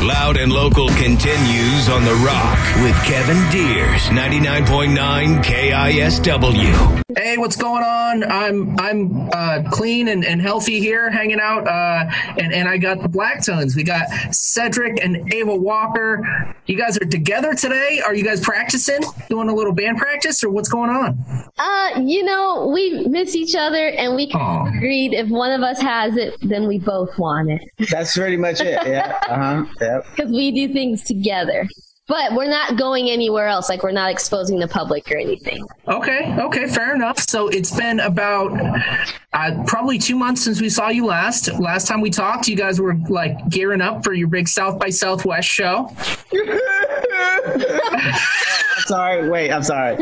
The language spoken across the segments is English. Loud and Local continues on The Rock with Kevin Deers, 99.9 KISW. Hey, what's going on? I'm I'm uh, clean and, and healthy here, hanging out, uh, and and I got the Blacktones. We got Cedric and Ava Walker. You guys are together today. Are you guys practicing, doing a little band practice, or what's going on? Uh, you know, we miss each other, and we Aw. agreed if one of us has it, then we both want it That's pretty much it. Yeah. Uh huh. Yep. because we do things together. But we're not going anywhere else. Like we're not exposing the public or anything. Okay, okay, fair enough. So it's been about uh, probably two months since we saw you last. Last time we talked, you guys were like gearing up for your big South by Southwest show. I'm sorry. Wait. I'm sorry.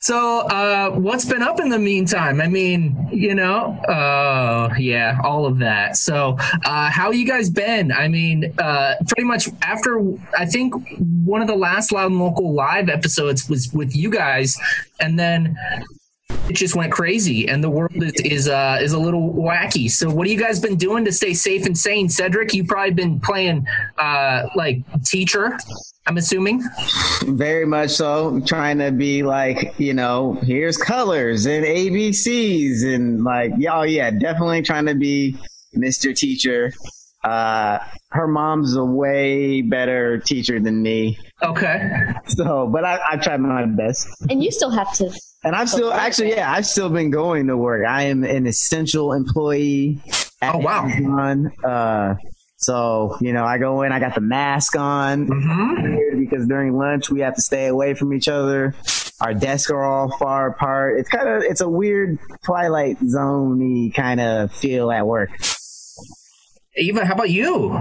So, uh, what's been up in the meantime? I mean, you know, uh, yeah, all of that. So, uh, how you guys been? I mean, uh, pretty much after I think one of the last Loud and Local live episodes was with you guys, and then it just went crazy, and the world is is, uh, is a little wacky. So, what have you guys been doing to stay safe and sane? Cedric, you probably been playing uh, like teacher. I'm assuming. Very much so. Trying to be like, you know, here's colors and ABCs and like, yeah, oh yeah, definitely trying to be Mr. Teacher. Uh, her mom's a way better teacher than me. Okay. So, but I, I tried my best. And you still have to. And I've still actually, yeah, I've still been going to work. I am an essential employee. At Oh, wow. Amazon. Uh, so you know, I go in. I got the mask on Mm-hmm. because during lunch we have to stay away from each other. Our desks are all far apart. It's kind of it's a weird twilight zoney kind of feel at work. Eva, how about you?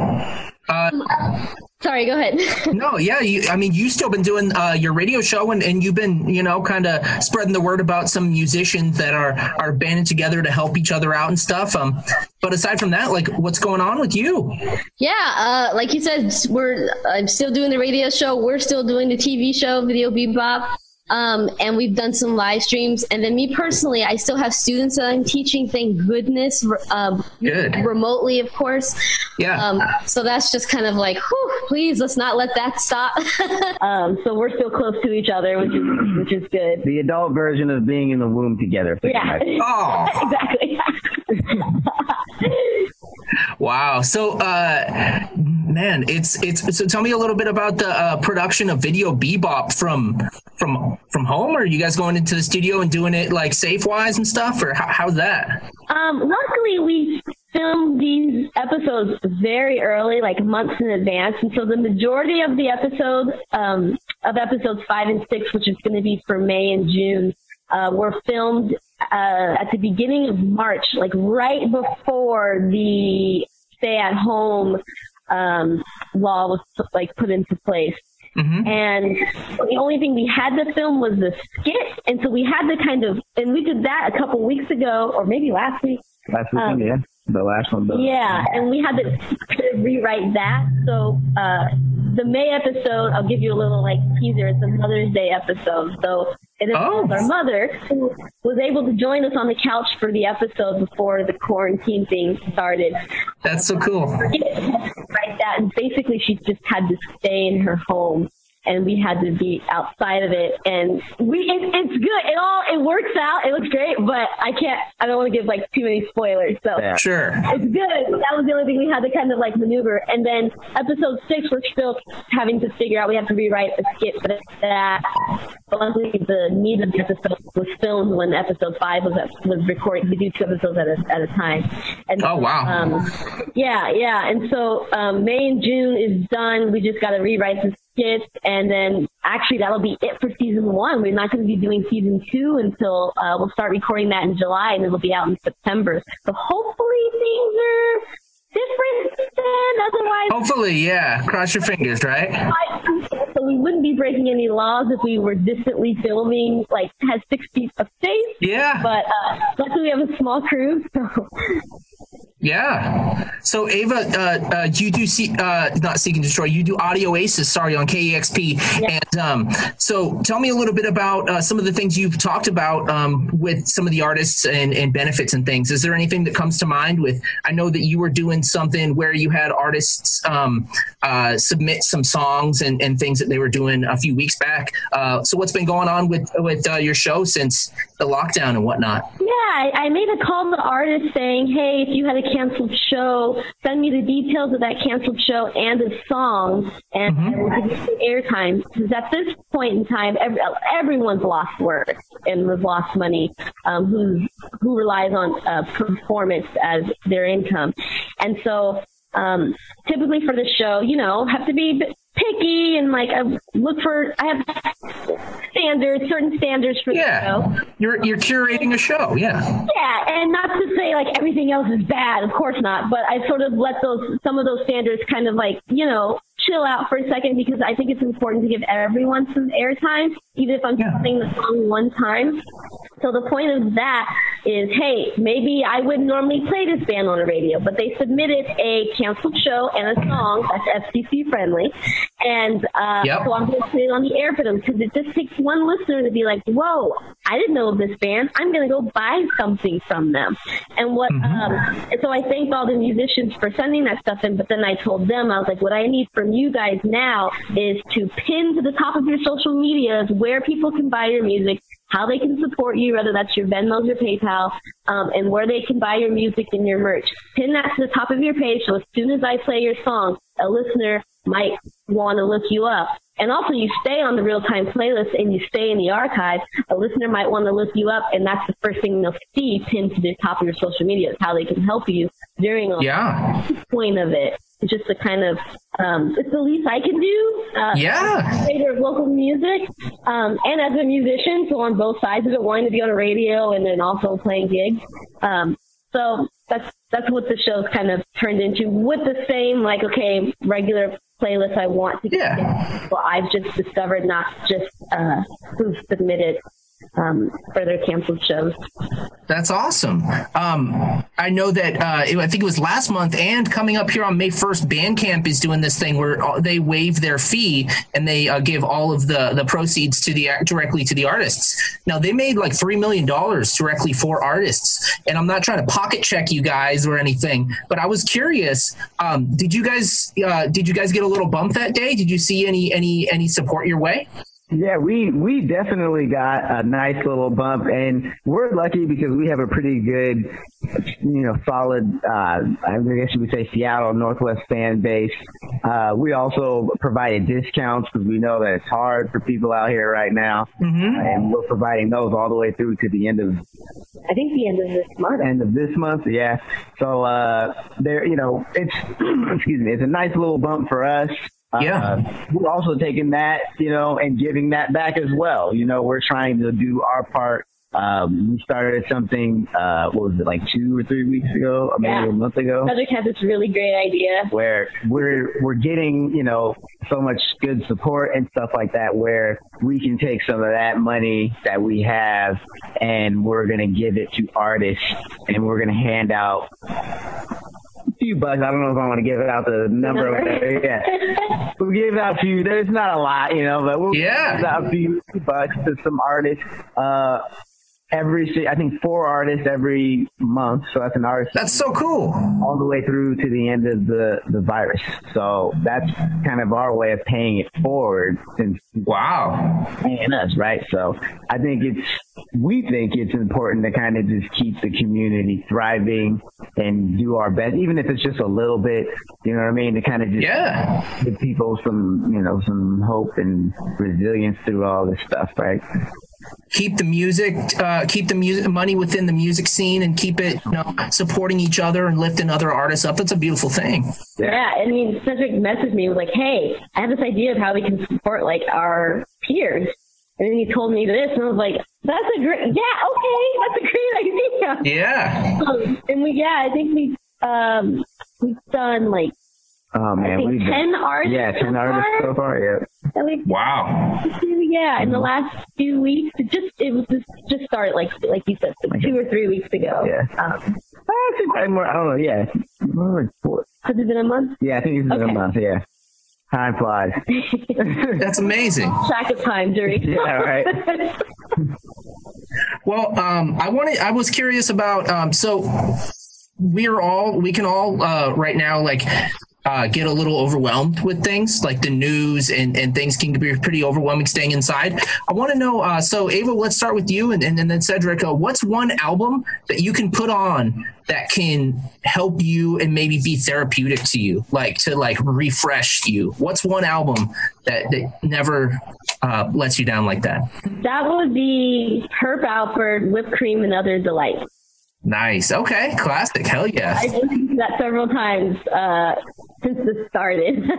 Sorry, go ahead. No, yeah. You, I mean, you still been doing uh, your radio show, and, and you've been, you know, kind of spreading the word about some musicians that are are banding together to help each other out and stuff. Um, but aside from that, like, what's going on with you? yeah, uh, like he said, we're I'm still doing the radio show. We're still doing the TV show, Video Bebop. Um, and we've done some live streams. And then me personally, I still have students that I'm teaching. Thank goodness, re- um, Good. remotely, of course. Yeah. Um, so that's just kind of like, whew, please let's not let that stop. um, so we're still close to each other, which is which is good. The adult version of being in the womb together. pretty Yeah, much. oh, exactly. wow. So, uh, man, it's it's. So, tell me a little bit about the uh, production of Video Bebop from from from home. Or are you guys going into the studio and doing it like safe wise and stuff? Or how, how's that? Um, luckily, we filmed these episodes very early, like months in advance, and so the majority of the episodes um, of episodes five and six, which is going to be for May and June, uh, were filmed uh, at the beginning of March, like right before the stay-at-home um, law was like put into place. Mm-hmm. And the only thing we had to film was the skit, and so we had to kind of, and we did that a couple weeks ago, or maybe last week. Last weekend, Um, yeah, the last one. the- Yeah, and we had to kind of rewrite that. So uh, the May episode, I'll give you a little like teaser. It's a Mother's Day episode, so it involves Oh. our mother who was able to join us on the couch for the episode before the quarantine thing started. That's so cool. Write that, and basically she just had to stay in her home. and we had to be outside of it. And we, it, it's good. It all it works out. It looks great, but I can't. I don't want to give like too many spoilers. So Yeah. Sure. it's good. That was the only thing we had to kind of like maneuver. And then episode six, we're still having to figure out. We have to rewrite a skit for that. Luckily, the need of the episode was filmed when episode five was was recorded. We do two episodes at a, at a time. And Oh, wow. Um, yeah, yeah. And so um, May and June is done. We just got to rewrite the skits, and then actually that'll be it for season one. We're not going to be doing season two until uh, we'll start recording that in July, and it'll be out in September. So hopefully things are different then. Otherwise, Hopefully, yeah. Cross your fingers, right? I- so we wouldn't be breaking any laws if we were distantly filming, like has six feet of space. Yeah. But uh, luckily, we have a small crew, so Yeah. So Ava, uh, uh, you do see, uh, not Seek and Destroy. You do Audio Oasis, sorry, on KEXP. And um, so, tell me a little bit about uh, some of the things you've talked about um, with some of the artists and, and benefits and things. Is there anything that comes to mind? With I know that you were doing something where you had artists um, uh, submit some songs and, and things that they were doing a few weeks back. Uh, so, what's been going on with with uh, your show since the lockdown and whatnot? Yeah, I, I made a call to the artist saying, hey, if you had a canceled show, send me the details of that canceled show and the song, and I will give you some airtime. Because at this point in time, every, everyone's lost work and has lost money um, who, who relies on uh, performance as their income. And so um, typically for the show, you know, have to be a bit picky and like I look for, I have standards, certain standards for the show. Yeah, you're you're curating a show. Yeah. Yeah, and not to say like everything else is bad, of course not, but I sort of let those some of those standards kind of like, you know, chill out for a second because I think it's important to give everyone some airtime, even if I'm Yeah. just singing the song one time. So the point of that is, hey, maybe I would normally play this band on the radio, but they submitted a canceled show and a song that's FCC friendly, and uh, Yep. so I'm going to put it on the air for them because it just takes one listener to be like, whoa, I didn't know of this band. I'm going to go buy something from them. And what, um, and so I thanked all the musicians for sending that stuff in, but then I told them, I was like, what I need from you guys now is to pin to the top of your social medias where people can buy your music. How they can support you, whether that's your Venmo's or PayPal, um, and where they can buy your music and your merch. Pin that to the top of your page so as soon as I play your song, a listener might want to look you up. And also, you stay on the real time playlist and you stay in the archive. A listener might want to look you up, and that's the first thing they'll see pinned to the top of your social media is how they can help you during all Yeah. the point of it. It's just the kind of, um, it's the least I can do. Uh, Yeah. creator of local music um, and as a musician, so on both sides of it, wanting to be on a radio and then also playing gigs. Um, so that's that's what the show's kind of turned into with the same like okay regular playlist I want to Yeah. get. Well, I've just discovered not just uh, who's submitted um, for their canceled shows. That's awesome. Um, I know that uh, it- I think it was last month, and coming up here on May first, Bandcamp is doing this thing where all- they waive their fee and they uh, give all of the the proceeds to the directly to the artists. Now they made like three million dollars directly for artists, and I'm not trying to pocket check you guys or anything, but I was curious. Um, did you guys uh, did you guys get a little bump that day? Did you see any any any support your way? Yeah, we we definitely got a nice little bump, and we're lucky because we have a pretty good, you know, solid. Uh, I guess you would say Seattle Northwest fan base. Uh, we also provided discounts because we know that it's hard for people out here right now, and we're providing those all the way through to the end of I think the end of this month. end of this month. Yeah. So uh, there, you know, it's excuse me, it's a nice little bump for us. Uh, Yeah. we're also taking that, you know, and giving that back as well. You know, we're trying to do our part. Um, we started something. Uh, what was it like two or three weeks ago, or maybe Yeah. a month ago? Frederick had this really great idea. where we're we're getting you know so much good support and stuff like that where we can take some of that money that we have and we're gonna give it to artists and we're gonna hand out a few bucks i don't know if i want to give out the number, number. yeah we'll give out a few there's not a lot you know but we'll Yeah. give out a few bucks to some artists uh every si- I think four artists every month. So that's an artist That's so cool. all the way through to the end of the the virus. So that's kind of our way of paying it forward since Wow. paying us, right? So I think it's we think it's important to kind of just keep the community thriving and do our best, even if it's just a little bit. You know what I mean? To kind of just Yeah. give people some you know some hope and resilience through all this stuff, right? keep the music, uh, keep the music money within the music scene, and keep it you know, supporting each other and lifting other artists up. That's a beautiful thing. Yeah, I mean, Cedric messaged me was like, "Hey, I have this idea of how we can support like our peers," and then he told me this, and I was like, "That's a great, yeah, okay, that's a great idea." Yeah, Um, and we, yeah, I think we, um, we've done like Oh man, I think we've been- ten artists. yeah, ten artists so far. Yeah, that we've wow. yeah, in the Mm-hmm. last few weeks, it just it was just just started like like you said, like two or three weeks ago. Yeah. um, I think probably more. I don't know. Yeah, more like four. has it been a month? Yeah, I think it's been Okay. a month. Yeah, time flies. That's amazing. Track of time, during. Yeah, right. Well, um, I wanted. I was curious about. Um, so we're all. We can all uh, right now like. Uh, get a little overwhelmed with things like the news and, and things can be pretty overwhelming staying inside. I want to know. Uh, so, Ava, let's start with you and, and, and then Cedric. Uh, what's one album that you can put on that can help you and maybe be therapeutic to you, like to like refresh you? What's one album that, that never uh, lets you down like that? That would be Herb Alpert, whipped cream, and other delights. Nice. Okay. Classic. Hell yeah. I've listened to that several times uh, since this started.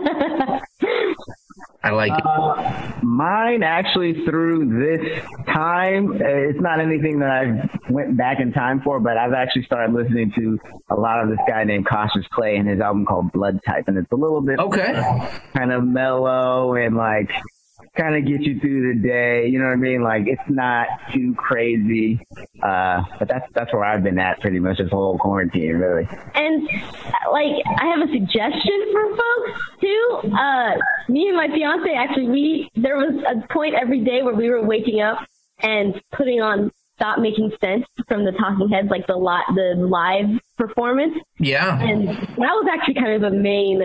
I like it. Mine actually through this time, uh, it's not anything that I went back in time for, but I've actually started listening to a lot of this guy named Cautious Clay and his album called Blood Type, and it's a little bit Oh. Okay. kind of mellow and like kind of get you through the day. You know what I mean? Like it's not too crazy, uh, but that's that's where I've been at pretty much this whole quarantine, really. and like, I have a suggestion for folks too. Uh, me and my fiance actually, we there was a point every day where we were waking up and putting on "Stop Making Sense" from the Talking Heads, like the lot the live performance. Yeah. and that was actually kind of the main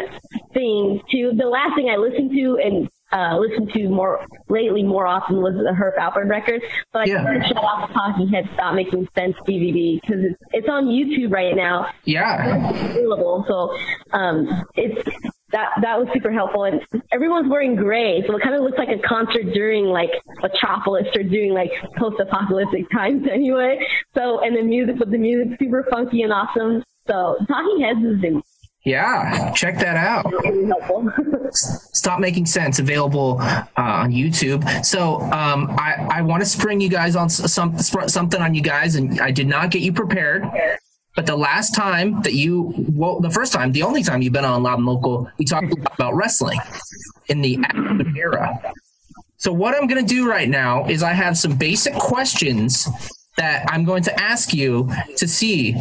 thing too. The last thing I listened to and uh, listened to more lately, more often was the Herb Alpert record. But I Yeah. gotta shut off the Talking Head Stop Making Sense DVD because it's, it's on YouTube right now, Yeah. available. So um, it's that that was super helpful. And everyone's wearing gray, so it kind of looks like a concert during like Metropolis or during like post-apocalyptic times anyway. So and the music, but the music's super funky and awesome. So Talking Heads has been Yeah. Check that out. really helpful. Stop Making Sense available uh, on YouTube. So um, I, I want to spring you guys on s- some spr- something on you guys, and I did not get you prepared. But the last time that you, well, the first time, the only time you've been on Loud and Local, we talked a lot about wrestling in the Attitude era. So what I'm going to do right now is I have some basic questions that I'm going to ask you to see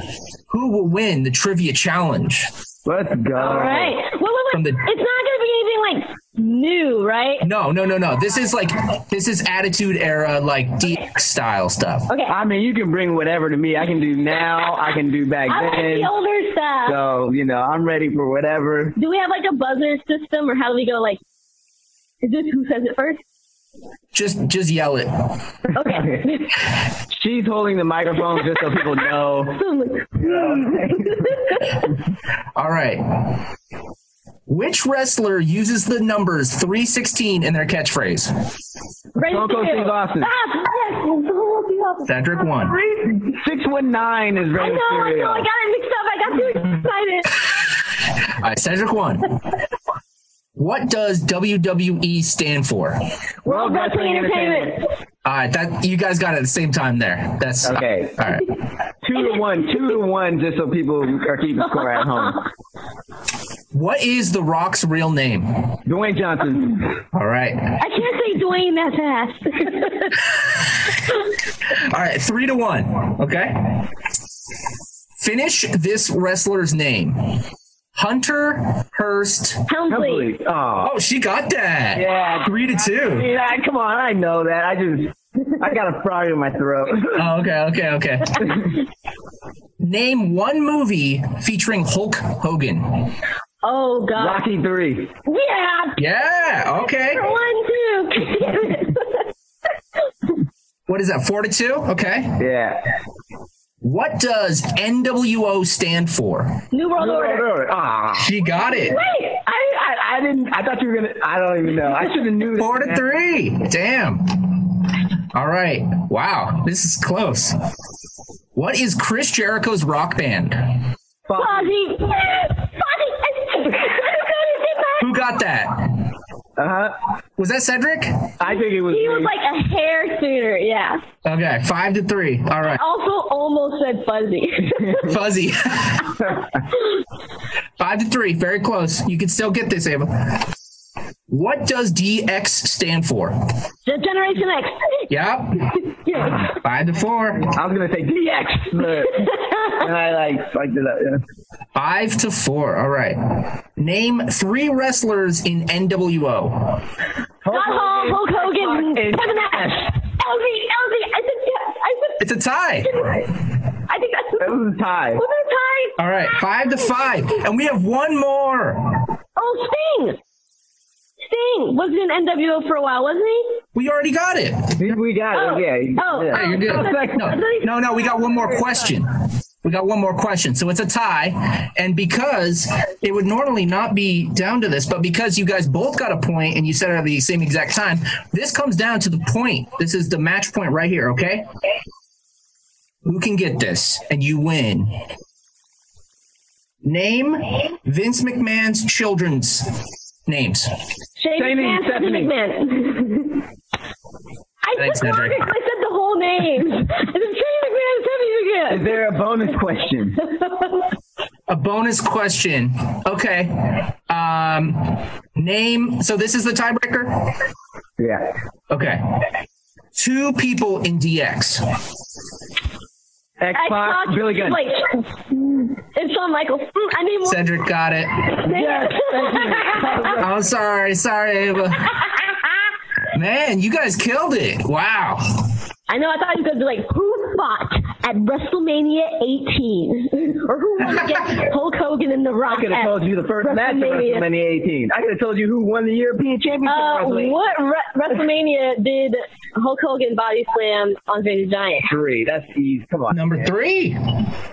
who will win the trivia challenge. Let's go. All right. Wait, From wait, wait. the- It's not going to be anything like new, right? No, no, no, no. This is like this is attitude era like DX style stuff. Okay. I I'm, mean, you can bring whatever to me. I can do now. I can do back I like then. the older stuff. So you know, I'm ready for whatever. Do we have like a buzzer system, or how do we go? Like, is this who says it first? Just just yell it. Okay. She's holding the microphone just so people know. All right. Which wrestler uses the numbers 316 in their catchphrase? Ready Don't go to go. Steve Austin. Stop. Yes. Don't go Steve Austin. Cedric one. Six one nine is I Rey know. I know. I Mysterio. got it mixed up. I got too excited. All right, Cedric one. What does WWE stand for? World Wrestling Entertainment. All right, that you guys got it at the same time there. That's Okay. All right. Two to one. Two to one. Just so people are keeping score at home. What is The Rock's real name? Dwayne Johnson. All right. I can't say Dwayne that fast. All right, three to one. Okay. Finish this wrestler's name Hunter Hurst. Helmsley. Complete. Oh. Oh, she got that. Yeah. Three to two. Yeah, come on, I know that. I just I got a frog in my throat. Oh, okay, okay, okay. Name one movie featuring Hulk Hogan. Oh God. Rocky three. Yeah. Yeah, okay. One two. Damn it. What is that, 4 to 2? Okay. Yeah. What does NWO stand for? New World Order. Ah. She got it. Wait. I, I I didn't. I thought you were gonna. I don't even know. I should have knew. Four to three. Damn. All right. Wow. This is close. What is Chris Jericho's rock band? Fozzy. Fozzy. Who got that? Uh huh. Was that Cedric? I think it was. He me. was like a hair sooner, yeah. Okay. Five to three. All right. Also almost said fuzzy. Fuzzy. Five to three. Very close. You can still get this, Ava. What does DX stand for? the Generation X. Yep. Five to four. I was gonna say DX, but and I like like that. Five to four. All right. Name three wrestlers in NWO. Scott Hall, Hulk Hogan, Kevin Nash. Elsie, Elsie, I think I think It's a tie. I think that's It was a tie. was it a tie? All right, five to five, and we have one more. Oh Sting. Sting was in NWO for a while, wasn't he? We already got it. We got it. Yeah. Oh, yeah. oh, You're good. No, no, no, we got one more question. We got one more question. So it's a tie. And because it would normally not be down to this, but because you guys both got a point and you said it at the same exact time, this comes down to the point. This is the match point right here, okay? Who can get this and you win? Name Vince McMahon's children's names. Shane Shane McMahon, and Stephanie McMahon. I Thanks, took longer Cedric. 'cause I said the whole name. I said Shane McMahon, Stephanie Is McMahon. there a bonus question? A bonus question. Okay. Um, name. So this is the tiebreaker. Yeah. Okay. Two people in DX. X Fox, I thought- Billy Gunn. Wait, it's Shawn Michaels. Mm, I need more. Cedric got it. Yes, thank you. I'm sorry. Sorry, Ava. Man, you guys killed it. Wow. I know. I thought you was gonna be like, who fought at WrestleMania 18, or who won against Hulk Hogan and The Rock? I could have at told you the first match of WrestleMania. WrestleMania 18. I could have told you who won the European Championship. Uh, at WrestleMania what Re- WrestleMania did Hulk Hogan body slam Andre the Giant? Three. That's easy. Come on. Number man. three.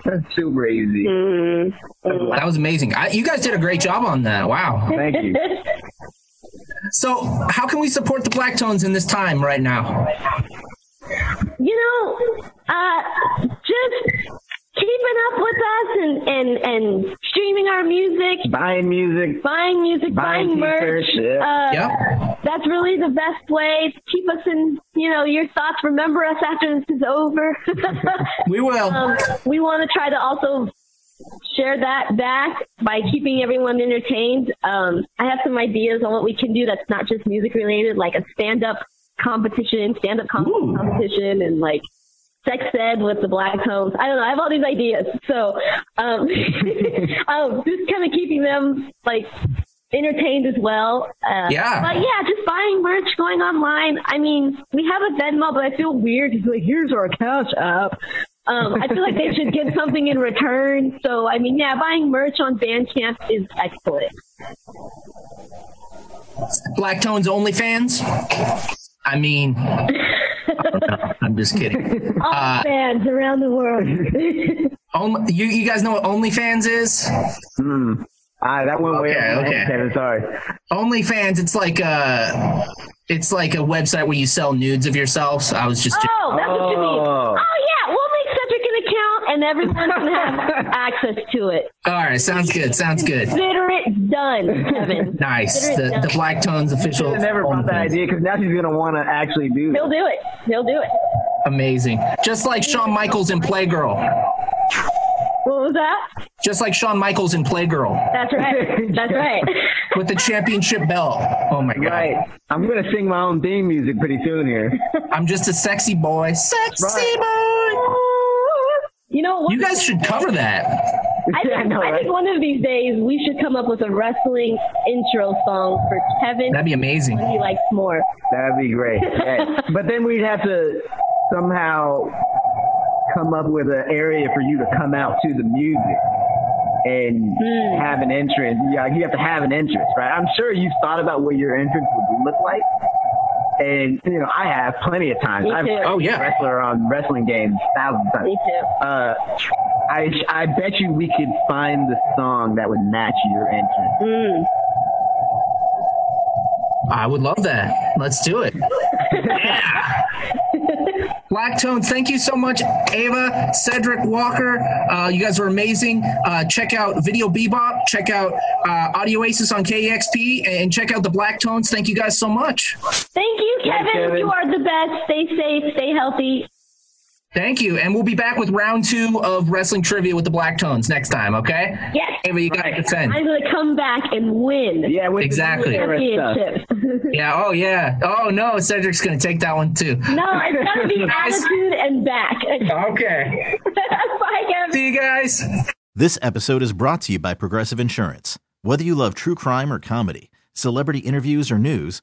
That's super easy. Mm. Mm-hmm. That was amazing. I, you guys did a great job on that. Wow. Thank you. So, how can we support the Black Tones in this time right now? you know, uh, just keeping up with us and, and, and streaming our music, Buying music. buying music, Buying buying, merch. t-shirts, yeah. Uh, Yep. That's really the best way to keep us in, you know, your thoughts. Remember us after this is over. We will. um, we want to try to also share that back by keeping everyone entertained. Um, I have some ideas on what we can do that's not just music related, like a stand up competition, stand up Ooh. competition, and like sex ed with the black tones. I don't know. I have all these ideas. So, um, um, just kind of keeping them like entertained as well. Uh, Yeah. But yeah, just buying merch, going online. I mean, we have a Venmo, but I feel weird. It's like, here's our cash app. Um, I feel like they should give something in return. So, I mean, yeah, buying merch on Bandcamp is excellent. Black Tones OnlyFans. I mean, I don't know. I'm just kidding. All fans around the world. Only, you, you guys know what OnlyFans is? Ah, that went way Okay, over my okay. head, Kevin. Sorry. OnlyFans, it's like a, it's like a website where you sell nudes of yourselves. I was just, oh, that's what you Oh, mean. Oh. Oh, yeah, we'll make Cedric an account and everyone can have access to it. Oh. all right, sounds good, sounds good, Consider it done, Kevin. nice. The, the Black Tones official, I never brought that idea because now she's gonna want to actually do. He'll That. do it. He'll do it. amazing, just like Shawn Michaels in Playgirl, What was that? just like Shawn Michaels in Playgirl That's right. That's right. with the championship belt. Oh my god, Right. I'm gonna sing my own theme music pretty soon here. I'm just a sexy boy, sexy boy. You know what? You guys should cover that. I think, I know, I think right? one of these days we should come up with a wrestling intro song for Kevin. That'd be amazing. He likes more. That'd be great. Yeah. but then we'd have to somehow come up with an area for you to come out to the music and Hmm. have an entrance. Yeah, you have to have an entrance, right? I'm sure you've thought about what your entrance would look like. And you know, I have plenty of times. Me I've too. Oh, yeah. wrestler on wrestling games thousands of times. Me too. Uh, I I bet you we could find the song that would match your entrance. Hmm. I would love that. Let's do it. yeah. Lactone, thank you so much, Ava, Cedric Walker. Uh, you guys are amazing. Uh, check out Video Bebop. Check out uh, Audio Aces on KEXP, and check out the Black Tones. Thank you guys so much. Thank you, Yeah, Kevin. Kevin. You are the best. Stay safe. Stay healthy. Thank you, and we'll be back with round two of wrestling trivia with the Black Tones next time. Okay? Yes. Ava, you got to send. I'm gonna come back and win. Yeah, with the Exactly. era stuff. Championship. Yeah. Oh yeah. Oh no, Cedric's gonna take that one too. no, it's gotta be Guys. attitude and back. Okay. Bye, Kevin. See you guys. This episode is brought to you by Progressive Insurance. Whether you love true crime or comedy, celebrity interviews or news,